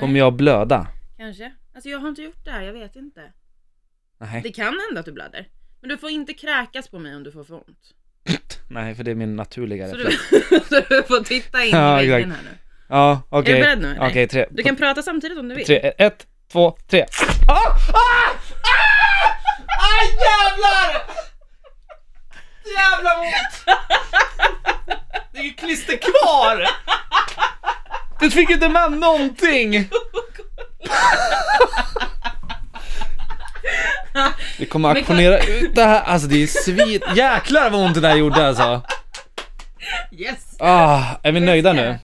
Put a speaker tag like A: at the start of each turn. A: Kommer jag blöda?
B: Kanske. Alltså jag har inte gjort det här, jag vet inte.
A: Nej.
B: Det kan hända att du blöder. Men du får inte kräkas på mig om du får för ont.
A: Nej, för det är min naturliga
B: Så du,
A: reflex.
B: så du får titta in
A: Ja,
B: i väggen
A: exakt.
B: här nu.
A: Ja,
B: Är du
A: okej.
B: beredd nu? eller?
A: Okej, tre.
B: Du kan prata samtidigt om du vill.
A: Tre, ett, två, tre. Ah! Ah! Ah! Ah, jävlar! Jävla ont! Det är ju klister kvar! Du fick inte med någonting! Vi kommer
B: Men-
A: auktionera ut det här, alltså det är svin... Jäklar vad ont det där gjorde alltså!
B: Yes!
A: Ah, är vi nöjda nu?